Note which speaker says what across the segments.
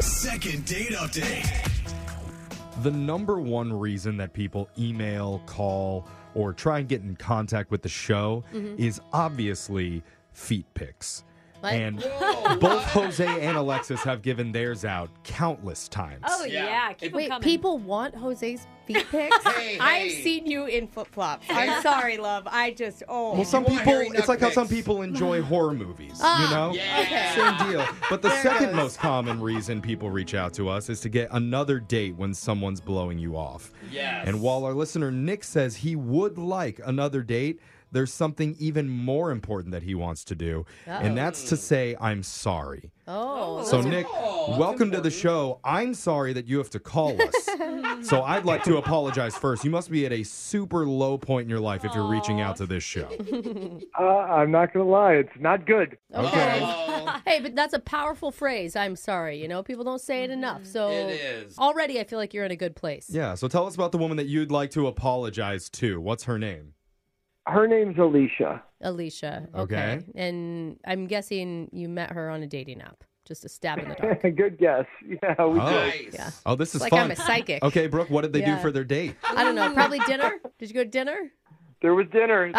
Speaker 1: Second date update.
Speaker 2: The number one reason that people email, call, or try and get in contact with the show is obviously feet pics.
Speaker 3: What?
Speaker 2: And both Jose and Alexis have given theirs out countless times.
Speaker 4: Oh yeah,
Speaker 5: Yeah.
Speaker 4: keep 'em
Speaker 3: Wait,
Speaker 4: coming.
Speaker 3: people want Jose's feet pics?
Speaker 5: Hey,
Speaker 3: I've
Speaker 5: hey.
Speaker 3: seen you in flip flops. I'm sorry, love. I just, oh.
Speaker 2: Well, some
Speaker 5: You want
Speaker 2: people,
Speaker 5: hairy
Speaker 2: it's
Speaker 5: duck
Speaker 2: like how some
Speaker 5: pics.
Speaker 2: people enjoy horror movies, you
Speaker 3: Ah,
Speaker 2: know?
Speaker 5: Yeah. okay.
Speaker 2: Same deal. But the
Speaker 3: There it
Speaker 2: second
Speaker 3: goes.
Speaker 2: most common reason people reach out to us is to get another date when someone's blowing you off.
Speaker 5: Yes.
Speaker 2: And while our listener Nick says he would like another date, there's something even more important that he wants to do, and that's to say, I'm sorry.
Speaker 3: oh.
Speaker 2: So, Nick,
Speaker 5: Oh, that's
Speaker 2: welcome to the show. I'm sorry that you have to call us. so, I'd like to apologize first. You must be at a super low point in your life if you're reaching out to this show.
Speaker 6: Uh, I'm not gonna lie, it's not good.
Speaker 3: okay.
Speaker 5: Oh,
Speaker 3: Hey, but that's a powerful phrase. I'm sorry. You know, people don't say it enough. So
Speaker 5: Mm-hmm. It is.
Speaker 3: already I feel like you're in a good place.
Speaker 2: Yeah, so tell us about the woman that you'd like to apologize to. What's her name?
Speaker 6: Her name's Alicia.
Speaker 3: Alicia. Okay.
Speaker 2: Okay.
Speaker 3: And I'm guessing you met her on a dating app. Just a stab in the dark.
Speaker 6: good guess. Yeah, we
Speaker 2: Oh.
Speaker 5: nice.
Speaker 6: did.
Speaker 3: Yeah.
Speaker 2: Oh, this is
Speaker 3: like
Speaker 2: fun.
Speaker 3: I'm a psychic.
Speaker 2: Okay, Brooke, what did they
Speaker 3: Yeah. Uh,
Speaker 2: do for their date?
Speaker 3: I don't know. Probably dinner. Did you go to dinner?
Speaker 6: There was dinner.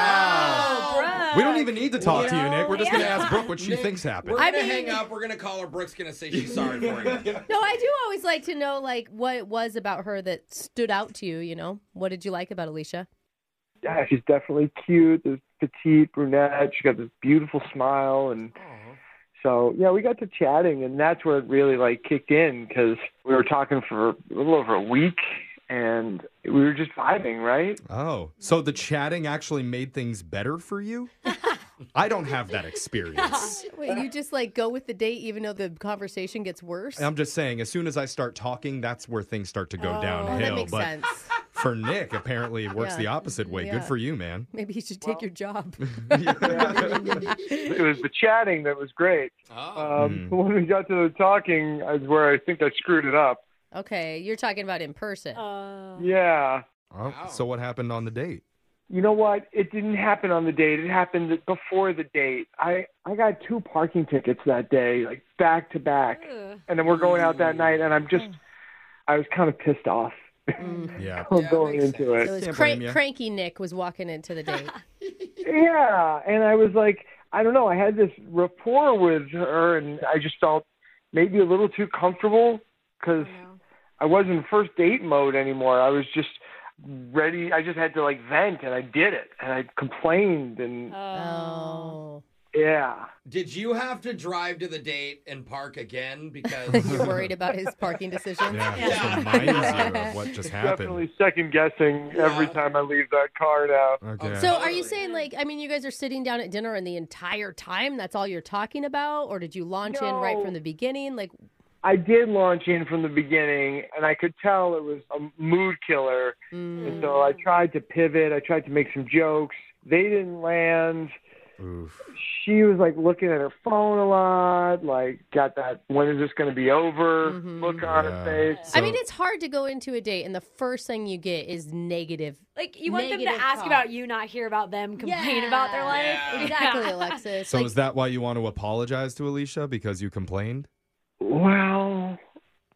Speaker 3: Ah.
Speaker 2: Wow. We don't even need to talk to you, Nick. We're just going to
Speaker 5: Yeah.
Speaker 2: ask Brooke what she
Speaker 5: Nick,
Speaker 2: thinks happened.
Speaker 5: We're gonna
Speaker 3: I mean-
Speaker 5: hang up. We're gonna call her. Brooke's gonna say she's sorry for you.
Speaker 3: No, I do always like to know like what it was about her that stood out to you, you know? What did you like about Alicia?
Speaker 6: Yeah, she's definitely cute. This petite brunette. She got this beautiful smile, and so yeah, we got to chatting, and that's where it really like kicked in because we were talking for a little over a week, and we were just vibing, right?
Speaker 2: Oh, so the chatting actually made things better for you? I don't have that experience.
Speaker 3: Wait, you just like go with the date even though the conversation gets worse?
Speaker 2: I'm just saying, as soon as I start talking, that's where things start to go downhill.
Speaker 3: Oh, that makes
Speaker 2: but
Speaker 3: sense.
Speaker 2: for Nick, apparently it works
Speaker 3: Yeah.
Speaker 2: the opposite way.
Speaker 3: Yeah.
Speaker 2: Good for you, man.
Speaker 3: Maybe you should take your job.
Speaker 6: It was the chatting that was great.
Speaker 5: Oh.
Speaker 6: Um, When we got to the talking, is where I think I screwed it up.
Speaker 3: Okay, you're talking about in person.
Speaker 4: Uh,
Speaker 6: Yeah.
Speaker 2: Oh, so what happened on the date?
Speaker 6: You know what? It didn't happen on the date. It happened before the date. I I got two parking tickets that day, like back to back,
Speaker 4: Ugh.
Speaker 6: and then we're going out that night, and I'm just, I was kind of pissed off
Speaker 2: Yeah.
Speaker 6: going
Speaker 5: makes
Speaker 6: into
Speaker 3: It was
Speaker 2: Can't blame
Speaker 3: cra-
Speaker 2: ya.
Speaker 3: cranky Nick was walking into the date.
Speaker 6: it. Yeah, and I was like, I don't know. I had this rapport with her, and I just felt maybe a little too comfortable because I wasn't first date mode anymore. I was just ready. I just had to like vent, and I did it, and I complained, and
Speaker 4: Oh.
Speaker 3: oh.
Speaker 6: yeah.
Speaker 5: Did you have to drive to the date and park again because?
Speaker 3: You're worried about his parking decisions?
Speaker 2: Yeah, it just reminds you of what just happened.
Speaker 6: Definitely second guessing every
Speaker 5: Yeah.
Speaker 6: time I leave that car now.
Speaker 2: Okay.
Speaker 3: So are you saying like I mean you guys are sitting down at dinner and the entire time that's all you're talking about or did you launch in right
Speaker 6: No.
Speaker 3: from the beginning like
Speaker 6: I did launch in from the beginning, and I could tell it was a mood killer. And so I tried to pivot. I tried to make some jokes. They didn't land.
Speaker 2: Oof.
Speaker 6: She was like looking at her phone a lot, like got that "when is this going to be over?" look on
Speaker 2: Yeah.
Speaker 6: her face.
Speaker 3: I mean
Speaker 2: So-
Speaker 3: it's hard to go into a date and the first thing you get is negative.
Speaker 4: like you want them to
Speaker 3: Negative
Speaker 4: ask
Speaker 3: talk.
Speaker 4: about you, not hear about them complain about their life.
Speaker 5: Yeah.
Speaker 3: Exactly, Alexis.
Speaker 2: So
Speaker 3: Like,
Speaker 2: is that why you want to apologize to Alicia because you complained?
Speaker 6: Well,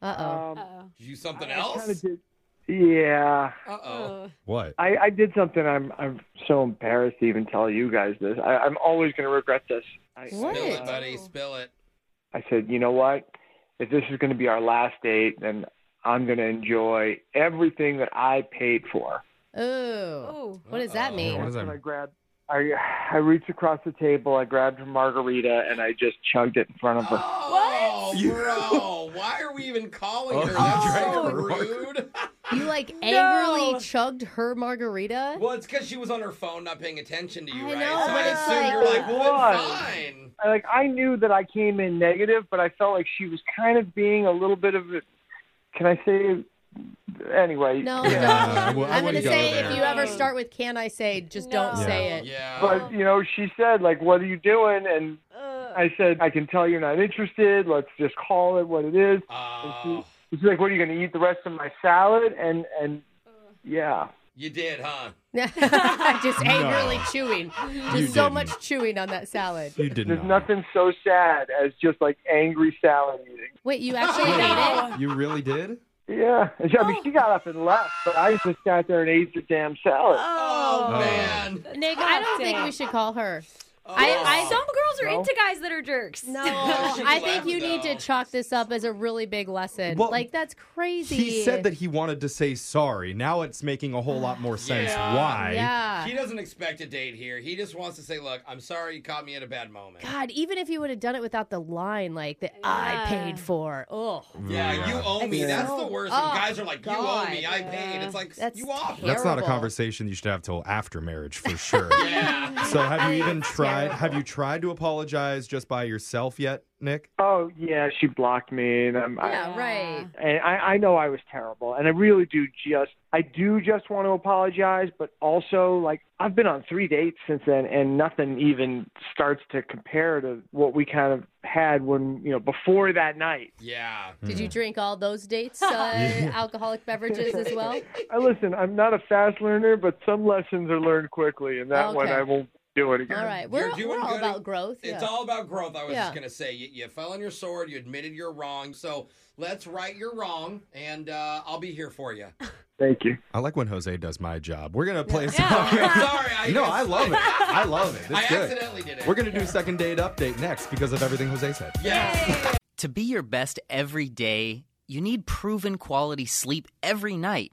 Speaker 3: uh-oh.
Speaker 6: um,
Speaker 4: Uh-oh.
Speaker 5: Did you do something
Speaker 6: I kinda
Speaker 5: else?
Speaker 6: did- yeah.
Speaker 5: Uh oh.
Speaker 4: Uh,
Speaker 2: What?
Speaker 6: I, I did something. I'm I'm so embarrassed to even tell you guys this. I, I'm always going to regret this. I,
Speaker 3: What?
Speaker 5: Spill it,
Speaker 3: Hey.
Speaker 5: buddy. Spill it.
Speaker 6: I said, you know what? If this is going to be our last date, then I'm going to enjoy everything that I paid for.
Speaker 3: Ooh.
Speaker 4: oh.
Speaker 3: What does that
Speaker 5: Uh-oh.
Speaker 3: mean?
Speaker 2: What does that
Speaker 6: And I
Speaker 2: mean?
Speaker 6: grabbed. I I reached across the table. I grabbed her margarita and I just chugged it in front of her.
Speaker 5: Oh, bro. Why are we even calling
Speaker 2: Oh,
Speaker 5: her?
Speaker 2: you
Speaker 5: That's
Speaker 2: drank
Speaker 5: so
Speaker 2: her
Speaker 5: rude.
Speaker 3: You like
Speaker 4: No.
Speaker 3: angrily chugged her margarita?
Speaker 5: well, it's because she was on her phone, not paying attention to you,
Speaker 3: I
Speaker 5: right?
Speaker 3: know,
Speaker 5: so
Speaker 3: but
Speaker 5: I
Speaker 3: it's
Speaker 5: assume
Speaker 3: like-
Speaker 5: you're like, well, then
Speaker 6: Why?
Speaker 5: fine.
Speaker 6: I, like I knew that I came in negative, but I felt like she was kind of being a little bit of. a Can I say? Anyway.
Speaker 3: No,
Speaker 2: Yeah, I
Speaker 3: don't.
Speaker 2: wou- I
Speaker 3: I'm going to
Speaker 2: wouldn't go
Speaker 3: say
Speaker 2: there.
Speaker 3: if you ever start with can I say, just don't
Speaker 4: No.
Speaker 3: say it.
Speaker 5: Yeah.
Speaker 6: But you know, she said like, "What are you doing?" And
Speaker 4: Uh,
Speaker 6: I said, "I can tell you're not interested. Let's just call it what it is."
Speaker 5: Oh,
Speaker 6: She's like, "What are you going to eat the rest of my salad?" And and yeah,
Speaker 5: you did, huh?
Speaker 3: just angrily chewing.
Speaker 2: You
Speaker 3: Just so
Speaker 2: didn't.
Speaker 3: much chewing on that salad.
Speaker 2: You did
Speaker 6: There's
Speaker 2: not.
Speaker 6: nothing so sad as just like angry salad eating.
Speaker 3: Wait, you actually ate it?
Speaker 2: You really did?
Speaker 6: Yeah, I mean, she got up and left, but I just sat there and ate the damn salad.
Speaker 5: Oh,
Speaker 2: Oh.
Speaker 5: man.
Speaker 3: Nick, I don't think
Speaker 4: damn.
Speaker 3: we should call her.
Speaker 5: Oh.
Speaker 3: I, I
Speaker 4: Some girls are
Speaker 6: No.
Speaker 4: into guys that are jerks.
Speaker 3: No,
Speaker 5: She
Speaker 3: I think
Speaker 5: laughed,
Speaker 3: you need
Speaker 5: though.
Speaker 3: to chalk this up as a really big lesson.
Speaker 2: Well,
Speaker 3: like that's crazy.
Speaker 2: He said that he wanted to say sorry. Now it's making a whole lot more sense
Speaker 5: Yeah.
Speaker 2: why.
Speaker 3: Yeah.
Speaker 5: He doesn't expect a date here. He just wants to say, look, I'm sorry you caught me at a bad moment.
Speaker 3: God, even if you would have done it without the line, like that I
Speaker 4: Yeah.
Speaker 3: paid for. Oh,
Speaker 5: Yeah, you owe me.
Speaker 3: It's
Speaker 5: That's
Speaker 3: so-
Speaker 5: the worst.
Speaker 3: Oh,
Speaker 5: and guys are like, you
Speaker 3: God.
Speaker 5: owe me. I
Speaker 3: Yeah.
Speaker 5: paid. It's like,
Speaker 3: That's
Speaker 5: you off.
Speaker 3: terrible.
Speaker 2: That's not a conversation you should have till after marriage for sure.
Speaker 5: Yeah.
Speaker 2: So have you even tried
Speaker 3: terrible.
Speaker 2: have you tried to apologize just by yourself yet, Nick?
Speaker 6: Oh yeah, she blocked me, and I'm, I,
Speaker 3: yeah, right.
Speaker 6: and I, I know I was terrible, and I really do just I do just want to apologize, but also like I've been on three dates since then, and nothing even starts to compare to what we kind of had when you know before that night.
Speaker 5: Yeah.
Speaker 3: Did
Speaker 2: Hmm.
Speaker 3: you drink all those dates, uh, alcoholic beverages as well?
Speaker 6: I listen, I'm not a fast learner, but some lessons are learned quickly, and that one
Speaker 3: Okay.
Speaker 6: I won't do it again.
Speaker 3: All right, we're,
Speaker 5: You're doing
Speaker 3: we're all
Speaker 5: good.
Speaker 3: about growth. Yeah.
Speaker 5: It's all about growth. I was
Speaker 3: Yeah.
Speaker 5: just gonna say you, you fell on your sword. You admitted you're wrong. So let's right your wrong, and uh, I'll be here for you.
Speaker 6: Thank you.
Speaker 2: I like when Jose does my job. We're gonna play a
Speaker 5: Sorry,
Speaker 2: song.
Speaker 5: I
Speaker 2: No,
Speaker 5: just-
Speaker 2: I love it. I love it. It's
Speaker 5: I
Speaker 2: good.
Speaker 5: accidentally did it.
Speaker 2: We're gonna do second date update next because of everything Jose said.
Speaker 5: Yes.
Speaker 7: To be your best every day, you need proven quality sleep every night.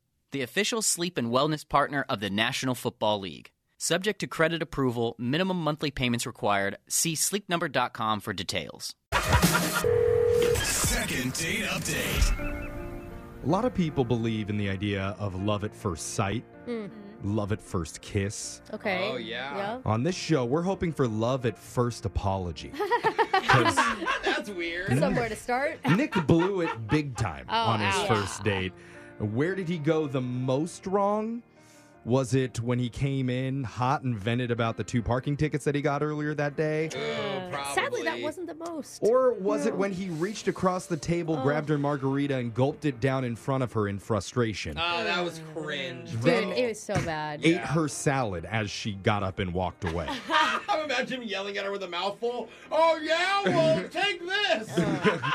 Speaker 7: the official sleep and wellness partner of the National Football League. Subject to credit approval, minimum monthly payments required. See sleepnumber.com for details.
Speaker 1: Second date update.
Speaker 2: A lot of people believe in the idea of love at first sight,
Speaker 5: Mm-hmm.
Speaker 2: love at first kiss.
Speaker 3: Okay.
Speaker 5: Oh, yeah.
Speaker 2: On this show, we're hoping for love at first apology. 'Cause
Speaker 5: That's
Speaker 3: Yeah.
Speaker 5: weird.
Speaker 3: Somewhere to start.
Speaker 2: Nick blew it big time
Speaker 3: Oh,
Speaker 2: on his
Speaker 3: ouch.
Speaker 2: first date. Where did he go the most wrong? Was it when he came in hot and vented about the two parking tickets that he got earlier that day?
Speaker 5: Oh, probably.
Speaker 3: Sadly, that wasn't the most.
Speaker 2: Or was it when he reached across the table,
Speaker 3: Oh.
Speaker 2: grabbed her margarita, and gulped it down in front of her in frustration?
Speaker 5: Oh, that was cringe.
Speaker 3: Dude,
Speaker 5: bro.
Speaker 3: it was so bad.
Speaker 2: ate her salad as she got up and walked away.
Speaker 5: I'm imagining yelling at her with a mouthful. Oh yeah, well take this.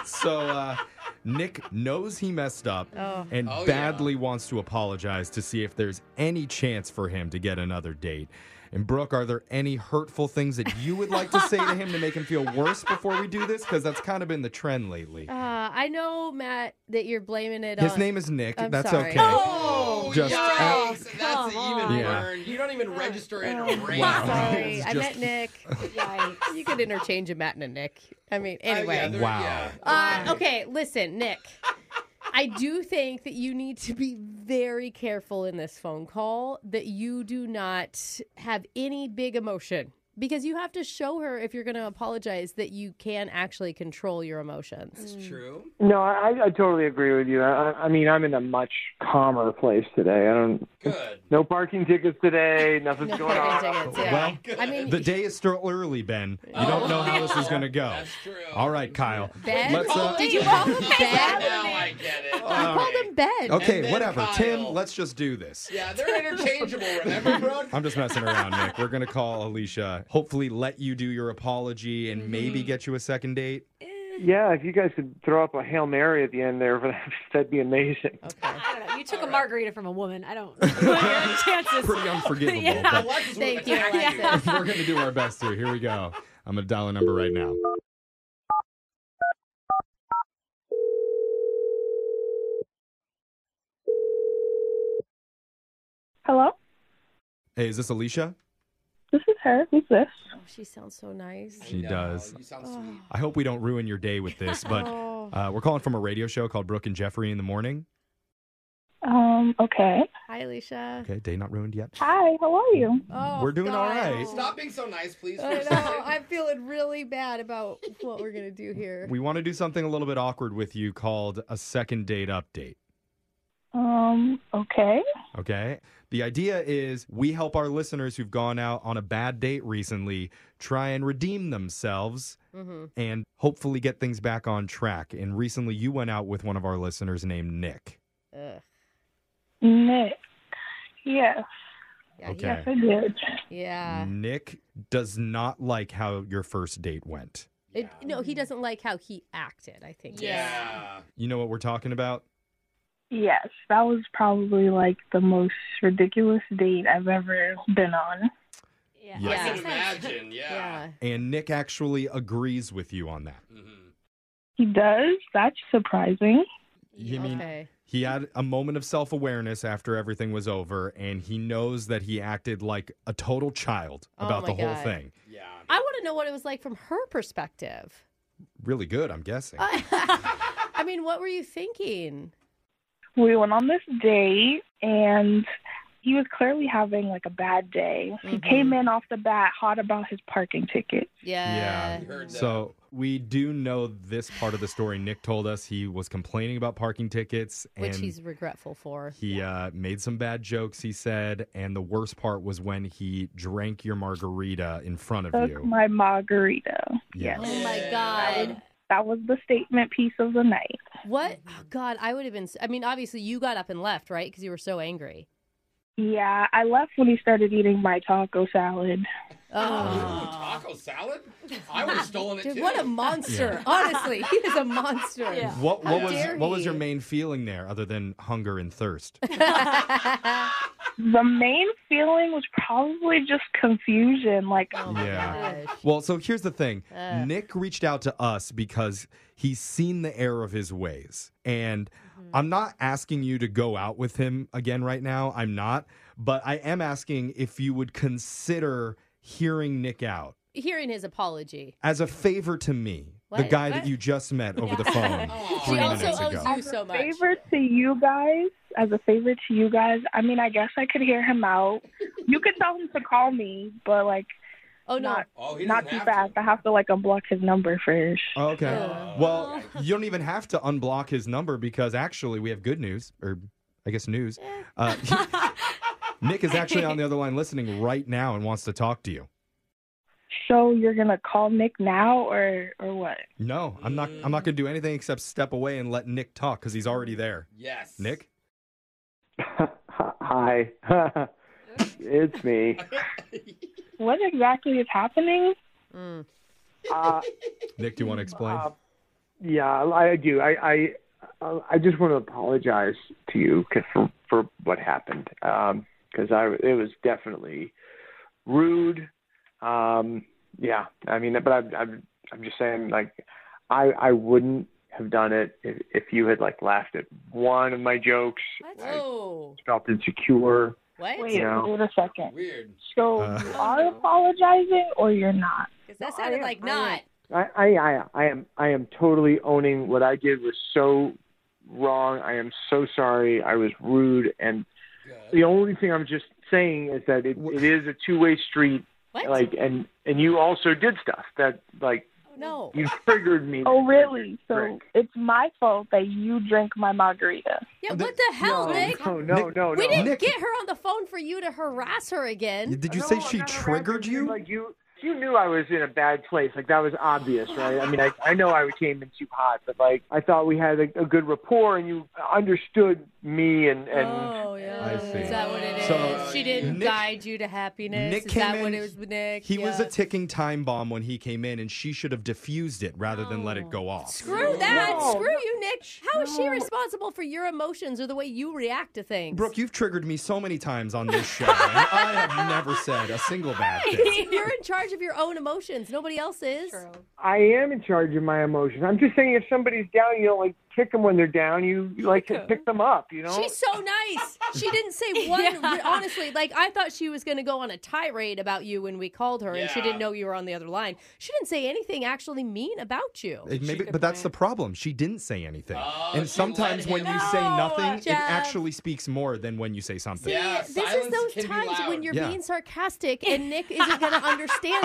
Speaker 2: so uh, Nick knows he messed up
Speaker 3: Oh.
Speaker 2: and
Speaker 5: Oh, yeah.
Speaker 2: badly wants to apologize to see if there's any chance for him to get another date. And Brooke, are there any hurtful things that you would like to say to him to make him feel worse before we do this? Because that's kind of been the trend lately.
Speaker 3: Uh, I know, Matt, that you're blaming it
Speaker 2: His
Speaker 3: on.
Speaker 2: name is Nick.
Speaker 3: I'm
Speaker 2: That's
Speaker 3: sorry.
Speaker 2: okay.
Speaker 5: Oh,
Speaker 2: Just-
Speaker 5: yikes.
Speaker 4: Come
Speaker 5: That's even
Speaker 4: on.
Speaker 2: Yeah.
Speaker 5: burn. You don't even register in Uh, a race.
Speaker 2: Wow.
Speaker 3: Uh, oh, Sorry,
Speaker 2: It's
Speaker 3: I
Speaker 2: just-
Speaker 3: meant Nick.
Speaker 4: Yikes.
Speaker 3: You could interchange a Matt and a Nick. I mean, anyway.
Speaker 5: yeah, there-
Speaker 2: Wow.
Speaker 5: yeah.
Speaker 3: Uh, okay, listen, Nick. I do think that you need to be very careful in this phone call that you do not have any big emotion because you have to show her if you're going to apologize that you can actually control your emotions.
Speaker 5: It's true.
Speaker 3: Um,
Speaker 6: No, I, I totally agree with you. I, I- I mean, I'm in a much calmer place today. I don't.
Speaker 5: Good.
Speaker 6: No parking tickets today. Nothing's
Speaker 3: No
Speaker 6: going on.
Speaker 3: parking tickets. Yeah.
Speaker 2: Well,
Speaker 3: I mean,
Speaker 2: The day is still early, Ben. You don't know how this is going to go.
Speaker 5: That's true.
Speaker 2: All right, Kyle.
Speaker 3: Ben?
Speaker 2: Let's, uh,
Speaker 3: Did you call him Ben?
Speaker 5: Now I get it.
Speaker 3: You called him Ben.
Speaker 2: Okay,
Speaker 5: And then
Speaker 2: whatever.
Speaker 5: Kyle.
Speaker 2: Tim, let's just do this.
Speaker 5: Yeah, they're interchangeable. Remember, Brooke?
Speaker 2: I'm just messing around, Nick. We're gonna call Alicia. Hopefully, let you do your apology
Speaker 4: Mm-hmm.
Speaker 2: and maybe get you a second date.
Speaker 6: Yeah, if you guys could throw up a hail mary at the end there, that'd be amazing.
Speaker 4: I don't know. You took a margarita from a woman. I don't. What are your chances?
Speaker 2: Pretty unforgivable.
Speaker 4: Yeah.
Speaker 5: Alexis would
Speaker 3: Thank you,
Speaker 5: attack
Speaker 3: Alexis.
Speaker 2: But we're gonna do our best here. Here we go. I'm going to dial a number right now.
Speaker 8: Hello?
Speaker 2: Hey, is this Alicia?
Speaker 8: This is her. Who's this?
Speaker 3: Oh, she sounds so nice.
Speaker 2: She
Speaker 5: No,
Speaker 2: does.
Speaker 5: You sound sweet.
Speaker 2: I hope we don't ruin your day with this, but
Speaker 3: Oh,
Speaker 2: uh, we're calling from a radio show called Brooke and Jeffrey in the Morning.
Speaker 8: Um, okay.
Speaker 3: hi, Alicia.
Speaker 2: Okay, day not ruined yet.
Speaker 8: Hi, how are you?
Speaker 3: Oh,
Speaker 2: We're doing all right.
Speaker 5: Stop being so nice, please. for
Speaker 3: I
Speaker 5: a
Speaker 3: know.
Speaker 5: second.
Speaker 3: I'm feeling really bad about what we're gonna do here.
Speaker 2: We want to do something a little bit awkward with you called a second date update.
Speaker 8: Um, okay.
Speaker 2: Okay. The idea is we help our listeners who've gone out on a bad date recently try and redeem themselves
Speaker 3: Mm-hmm.
Speaker 2: and hopefully get things back on track. And recently you went out with one of our listeners named Nick.
Speaker 3: Ugh.
Speaker 8: Nick. Yes,
Speaker 3: Yeah, he- uh,
Speaker 2: Okay. Mm.
Speaker 8: I did.
Speaker 3: yeah.
Speaker 2: Nick does not like how your first date went.
Speaker 3: It, no, he doesn't like how he acted. I think.
Speaker 5: Yeah.
Speaker 2: You know what we're talking about?
Speaker 8: Yes, that was probably like the most ridiculous date I've ever been on.
Speaker 4: Yeah.
Speaker 2: Yeah.
Speaker 5: I can
Speaker 3: Yeah.
Speaker 5: imagine. Yeah.
Speaker 3: Yeah.
Speaker 2: And Nick actually agrees with you on that.
Speaker 5: Mhm.
Speaker 8: He does? That's surprising.
Speaker 2: You mean
Speaker 3: Okay.
Speaker 2: he had a moment of self awareness after everything was over, and he knows that he acted like a total child
Speaker 3: Oh
Speaker 2: about
Speaker 3: my
Speaker 2: the whole
Speaker 3: God.
Speaker 2: thing.
Speaker 5: Yeah.
Speaker 3: I want to know what it was like from her perspective.
Speaker 2: Really good, I'm guessing.
Speaker 3: I mean, what were you thinking?
Speaker 8: We went on this date and he was clearly having like a bad day. He
Speaker 3: Mhm.
Speaker 8: came in off the bat hot about his parking ticket.
Speaker 3: Yeah.
Speaker 5: You heard that.
Speaker 2: So we do know this part of the story. Nick told us he was complaining about parking tickets, and
Speaker 3: Which he's regretful for.
Speaker 2: he uh, made some bad jokes. He said, and the worst part was when he drank your margarita in front of
Speaker 8: Took
Speaker 2: you.
Speaker 8: my margarita.
Speaker 2: Yes.
Speaker 3: Oh my
Speaker 5: Yeah.
Speaker 3: God.
Speaker 8: That was the statement piece of the night.
Speaker 3: What? Oh God, I would have been. s- I mean, obviously, you got up and left, right? Because you were so angry.
Speaker 8: Yeah, I left when he started eating my taco salad.
Speaker 3: Oh.
Speaker 5: Ooh, taco salad? I would have stolen it
Speaker 3: Dude,
Speaker 5: too.
Speaker 3: what a monster. Honestly, he is a monster.
Speaker 4: Yeah.
Speaker 2: What, what
Speaker 3: How
Speaker 2: was
Speaker 3: dare
Speaker 2: what was
Speaker 3: he.
Speaker 2: your main feeling there, other than hunger and thirst?
Speaker 8: The main feeling was probably just confusion. Like,
Speaker 3: Oh my
Speaker 2: Yeah.
Speaker 3: gosh.
Speaker 2: Well, so here's the thing.
Speaker 3: Uh.
Speaker 2: Nick reached out to us because he's seen the error of his ways. And
Speaker 3: Mm-hmm.
Speaker 2: I'm not asking you to go out with him again right now. I'm not. But I am asking if you would consider hearing Nick out
Speaker 3: Hearing his apology.
Speaker 2: as a favor to me, the
Speaker 3: What?
Speaker 2: guy that
Speaker 3: What?
Speaker 2: you just met over the phone
Speaker 5: Aw.
Speaker 2: three
Speaker 3: She also
Speaker 2: minutes
Speaker 3: owes
Speaker 2: ago.
Speaker 3: you so much.
Speaker 8: favor to you guys, as a favor to you guys, I mean, I guess I could hear him out. You could tell him to call me, but like,
Speaker 3: Oh, no.
Speaker 8: not,
Speaker 5: Oh, he doesn't
Speaker 8: not too
Speaker 5: have to. Oh. Uh,
Speaker 8: fast. I have to like unblock his number first.
Speaker 2: Oh, Okay.
Speaker 3: Yeah.
Speaker 2: Well,
Speaker 3: Oh.
Speaker 2: you don't even have to unblock his number because actually we have good news, or I guess news.
Speaker 3: Eh.
Speaker 2: Uh, Nick is actually on the other line listening right now and wants to talk to you.
Speaker 8: So you're gonna call Nick now, or or what?
Speaker 2: No, I'm not. I'm not going to do anything except step away and let Nick talk because he's already there.
Speaker 5: Yes.
Speaker 2: Nick,
Speaker 6: Hi. it's me.
Speaker 8: What exactly is happening?
Speaker 3: Mm.
Speaker 6: Uh,
Speaker 2: Nick, do you want to explain?
Speaker 6: Uh, yeah, I I do. I I uh, I just want to apologize to you 'cause for for what happened because I it was definitely rude. Um, yeah, I mean, but I'm I'm I'm just saying like I I wouldn't have done it if, if you had like laughed at one of my jokes. I
Speaker 4: Oh.
Speaker 3: Whoa.
Speaker 6: felt insecure.
Speaker 3: What?
Speaker 8: Wait,
Speaker 6: Yeah.
Speaker 8: wait a second.
Speaker 5: Weird.
Speaker 6: oh,
Speaker 8: So
Speaker 2: Uh.
Speaker 8: you are apologizing, or you're not?
Speaker 3: 'Cause that
Speaker 6: No, I
Speaker 3: sounded
Speaker 6: am,
Speaker 3: like
Speaker 6: I am.
Speaker 3: not.
Speaker 6: I, I, I, I am, I am totally owning what I did was so wrong. I am so sorry. I was rude, and
Speaker 5: Good.
Speaker 6: the only thing I'm just saying is that it, it is a two way street.
Speaker 3: What?
Speaker 6: Like, and and you also did stuff that like
Speaker 3: no.
Speaker 6: you triggered me.
Speaker 8: Oh, really? So
Speaker 6: Frick.
Speaker 8: it's my fault that you drank my margarita.
Speaker 3: Yeah,
Speaker 2: The-
Speaker 3: what the hell,
Speaker 6: no,
Speaker 3: Nick?
Speaker 6: no, no, no,
Speaker 3: We
Speaker 6: no.
Speaker 3: didn't
Speaker 2: Nick-
Speaker 3: get her on the phone for you to harass her again.
Speaker 2: Did you
Speaker 6: No,
Speaker 2: say
Speaker 6: I'm
Speaker 2: she
Speaker 6: not
Speaker 2: triggered
Speaker 6: harassing
Speaker 2: you?
Speaker 6: Like you, you knew I was in a bad place. Like that was obvious, right? I mean, I, I know I came in too hot, but like I thought we had a, a good rapport, and you understood me and and
Speaker 3: oh yeah,
Speaker 2: I see.
Speaker 3: is that what it is?
Speaker 2: So,
Speaker 3: she didn't
Speaker 2: Nick-
Speaker 3: guide you to happiness.
Speaker 2: Nick
Speaker 3: is
Speaker 2: came
Speaker 3: that
Speaker 2: in-
Speaker 3: what it was with Nick?
Speaker 2: He was a
Speaker 3: Yeah.
Speaker 2: ticking time bomb when he came in, and she should have diffused it rather than let it go off.
Speaker 3: Oh. Screw that!
Speaker 6: No.
Speaker 3: Screw you, Nick. How is she
Speaker 6: No.
Speaker 3: responsible for your emotions or the way you react to things?
Speaker 2: Brooke, you've triggered me so many times on this show, and I have never said a single bad thing.
Speaker 3: you're in charge of your own emotions. Nobody else is.
Speaker 6: I am in charge of my emotions. I'm just saying, if somebody's down, you don't like kick them when they're down. You, you like to pick them up. You know.
Speaker 3: She's so nice. She didn't say one.
Speaker 4: Yeah.
Speaker 3: Honestly, like I thought she was going to go on a tirade about you when we called her, and she
Speaker 5: Yeah.
Speaker 3: didn't know you were on the other line. She didn't say anything actually mean about you.
Speaker 2: It maybe, but that's the problem. She didn't say anything,
Speaker 5: Oh,
Speaker 2: and
Speaker 5: she
Speaker 2: sometimes
Speaker 5: let
Speaker 2: when
Speaker 5: him-
Speaker 2: you say
Speaker 3: No,
Speaker 2: nothing, it
Speaker 3: Jeff.
Speaker 2: actually speaks more than when you say something.
Speaker 5: Yeah,
Speaker 3: this is
Speaker 5: silence
Speaker 3: those
Speaker 5: can be
Speaker 3: times
Speaker 5: loud.
Speaker 3: when you're
Speaker 2: Yeah.
Speaker 3: being sarcastic, and Nick isn't going to understand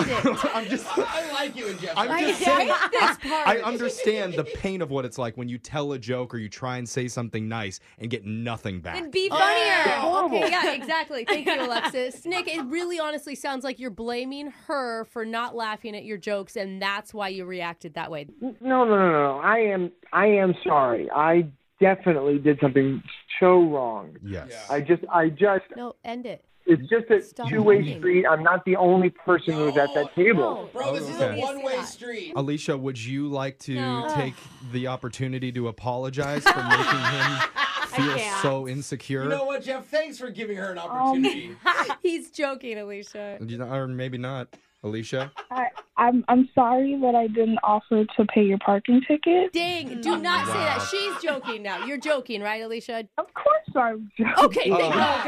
Speaker 3: it.
Speaker 2: I'm just.
Speaker 5: I I like you and Jeff.
Speaker 2: I'm
Speaker 3: I
Speaker 2: just
Speaker 3: hate
Speaker 2: saying.
Speaker 3: this part.
Speaker 2: I understand the pain of what it's like when you tell a joke or you try and say something nice and get nothing back.
Speaker 4: And be funnier.
Speaker 3: funnier.
Speaker 6: horrible.
Speaker 3: Okay, yeah, exactly. Thank you, Alexis. Nick, it really honestly sounds like you're blaming her for not laughing at your jokes, and that's why you reacted that way.
Speaker 6: No, no, no, no. I am. I am sorry. I definitely did something so wrong.
Speaker 2: Yes.
Speaker 6: I just. I just.
Speaker 3: No, end it.
Speaker 6: It's just a
Speaker 3: Stop
Speaker 6: two-way
Speaker 3: lying.
Speaker 6: street. I'm not the only person who's at that table.
Speaker 3: No.
Speaker 5: Bro, this
Speaker 2: Okay.
Speaker 5: is a one way street.
Speaker 2: Alicia, would you like to
Speaker 4: No.
Speaker 2: take the opportunity to apologize for making him feel
Speaker 4: can't.
Speaker 2: so insecure?
Speaker 5: You know what, Jeff? Thanks for giving her an
Speaker 8: Um,
Speaker 5: opportunity.
Speaker 3: He's joking, Alicia.
Speaker 2: You know, or maybe not, Alicia.
Speaker 8: I, I'm I'm sorry that I didn't offer to pay your parking ticket.
Speaker 3: Dang, do not say that. She's joking now. You're joking, right, Alicia?
Speaker 8: Of course I'm joking.
Speaker 3: Okay, thank you.
Speaker 4: Oh,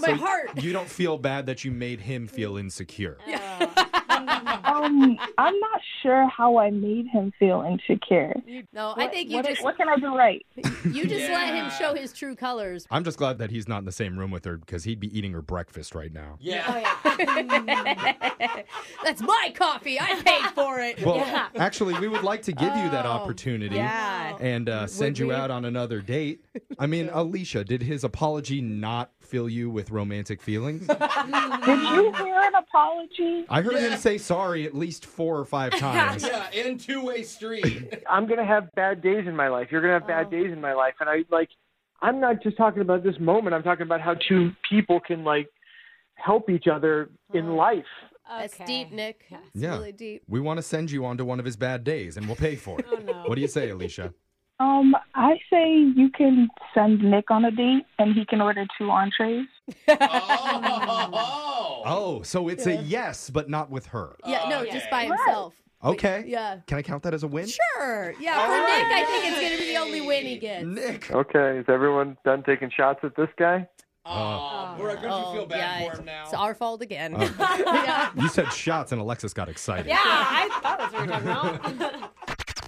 Speaker 4: good.
Speaker 3: My heart.
Speaker 2: You don't feel bad that you made him feel insecure.
Speaker 8: Um, I'm not sure how I made him feel insecure.
Speaker 3: No, I think you
Speaker 8: What,
Speaker 3: just
Speaker 8: what can I do right?
Speaker 3: you just let him
Speaker 5: Yeah.
Speaker 3: show his true colors.
Speaker 2: I'm just glad that he's not in the same room with her because he'd be eating her breakfast right now.
Speaker 3: oh,
Speaker 5: Yeah.
Speaker 3: That's my coffee. I paid for it.
Speaker 2: Well, actually, we would like to give you
Speaker 4: Oh.
Speaker 2: that opportunity
Speaker 3: yeah.
Speaker 2: and uh, send you out on another date. I mean, Alicia, did his apology not fill you with romantic feelings?
Speaker 8: Did you hear an apology?
Speaker 2: I heard him say sorry at least four or five times.
Speaker 5: Yeah, and two way street.
Speaker 6: I'm gonna have bad days in my life. You're gonna have bad days in my life, and I like. I'm not just talking about this moment. I'm talking about how two people can like help each other in life.
Speaker 3: That's
Speaker 4: Okay.
Speaker 3: deep, Nick. It's
Speaker 2: Yeah.
Speaker 3: really deep.
Speaker 2: We want to send you on to one of his bad days and we'll pay for it. What do you say, Alicia?
Speaker 8: Um, I say you can send Nick on a date and he can order two entrees.
Speaker 5: oh.
Speaker 2: Oh, so it's a yes, but not with her.
Speaker 3: Yeah, no, just by
Speaker 8: Right.
Speaker 3: himself.
Speaker 2: Okay.
Speaker 3: Uh, Yeah.
Speaker 2: Can I count that as a win?
Speaker 3: Sure. Yeah, for Nick, I think it's going to be the only win he gets.
Speaker 2: Nick.
Speaker 6: Okay, is everyone done taking shots at this guy?
Speaker 2: Uh,
Speaker 5: Oh, Brooke, don't
Speaker 3: Oh,
Speaker 5: you feel bad
Speaker 3: yeah,
Speaker 5: for him now?
Speaker 3: It's our fault again. yeah.
Speaker 2: You said shots and Alexis got excited.
Speaker 4: Yeah, I thought that's what we were talking about.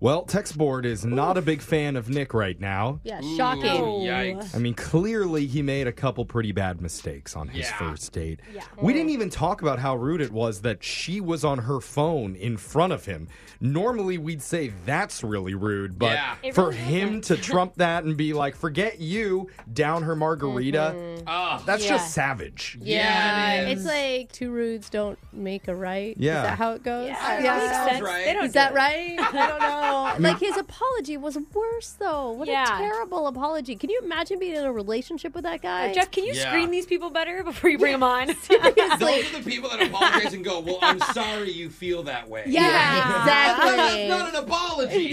Speaker 2: Well, text board is not a big fan of Nick right now.
Speaker 3: Yeah, shocking.
Speaker 2: I mean, clearly he made a couple pretty bad mistakes on his
Speaker 5: Yeah.
Speaker 2: first date. We didn't even talk about how rude it was that she was on her phone in front of him. Normally we'd say that's really rude, but
Speaker 5: Yeah.
Speaker 2: for him to trump that and be like, forget you, down her margarita,
Speaker 5: Oh.
Speaker 2: that's just savage.
Speaker 5: Yeah, it
Speaker 3: it's like two rudes don't make a right.
Speaker 2: Yeah.
Speaker 3: Is that how it goes?
Speaker 4: I don't know, it makes sense.
Speaker 5: right.
Speaker 4: They don't
Speaker 3: Is that
Speaker 4: do it.
Speaker 3: right? I don't know. like his apology was worse though. What
Speaker 4: Yeah.
Speaker 3: a terrible apology. Can you imagine being in a relationship with that guy?
Speaker 4: Jeff, can you
Speaker 5: Yeah.
Speaker 4: screen these people better before you bring them on?
Speaker 5: Those are the people that apologize and go, well, I'm sorry you feel that way.
Speaker 3: yeah,
Speaker 5: That's not
Speaker 3: exactly.
Speaker 5: an apology.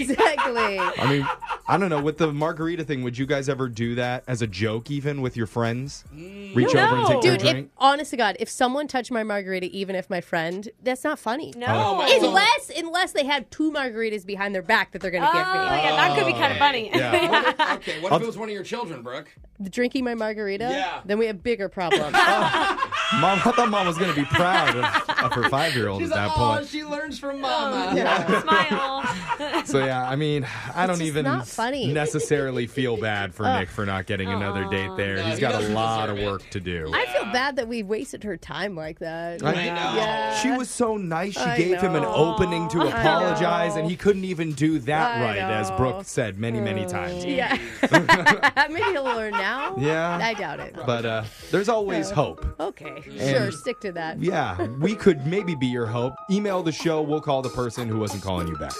Speaker 3: exactly.
Speaker 2: I mean, I don't know. With the margarita thing, would you guys ever do that as a joke, even with your friends?
Speaker 5: Mm.
Speaker 2: Reach over and take
Speaker 4: No.
Speaker 2: their
Speaker 3: Dude, if
Speaker 2: drink?
Speaker 3: honest to God, if someone touched my margarita, even if my friend, that's not funny.
Speaker 4: no.
Speaker 5: Oh my God.
Speaker 3: Unless unless they had two margaritas behind their back that they're gonna
Speaker 4: Oh,
Speaker 3: give me.
Speaker 4: yeah, that could be
Speaker 5: Oh,
Speaker 4: kind of funny.
Speaker 2: yeah.
Speaker 5: What if- okay, what if it was one of your children, Brooke?
Speaker 3: drinking my margarita,
Speaker 5: Yeah.
Speaker 3: then we have bigger problems.
Speaker 2: Mom, I thought mom was going to be proud of, of her five year old at
Speaker 5: She's
Speaker 2: that
Speaker 5: like, oh,
Speaker 2: point.
Speaker 5: she learns from
Speaker 4: Oh,
Speaker 5: mama.
Speaker 4: Smile.
Speaker 2: So, yeah, I mean, I don't
Speaker 3: just
Speaker 2: even
Speaker 3: not funny.
Speaker 2: necessarily feel bad for Nick for not getting another date there.
Speaker 5: No,
Speaker 2: He's
Speaker 5: he
Speaker 2: got a
Speaker 5: doesn't
Speaker 2: lot of
Speaker 5: deserve it.
Speaker 2: work to do.
Speaker 3: I feel bad that we wasted her time like that.
Speaker 2: I-
Speaker 5: know.
Speaker 3: Yeah.
Speaker 2: She was so nice. She
Speaker 3: I
Speaker 2: gave him an
Speaker 3: know.
Speaker 2: opening to apologize, and he couldn't even do that
Speaker 3: I
Speaker 2: right, as
Speaker 3: know.
Speaker 2: Brooke said many, many times.
Speaker 3: Yeah. Maybe he'll learn now.
Speaker 2: Yeah.
Speaker 3: I doubt it.
Speaker 2: But uh, there's always hope.
Speaker 3: okay. Sure, stick to that.
Speaker 2: Yeah, we could maybe be your hope. Email the show. We'll call the person who wasn't calling you back.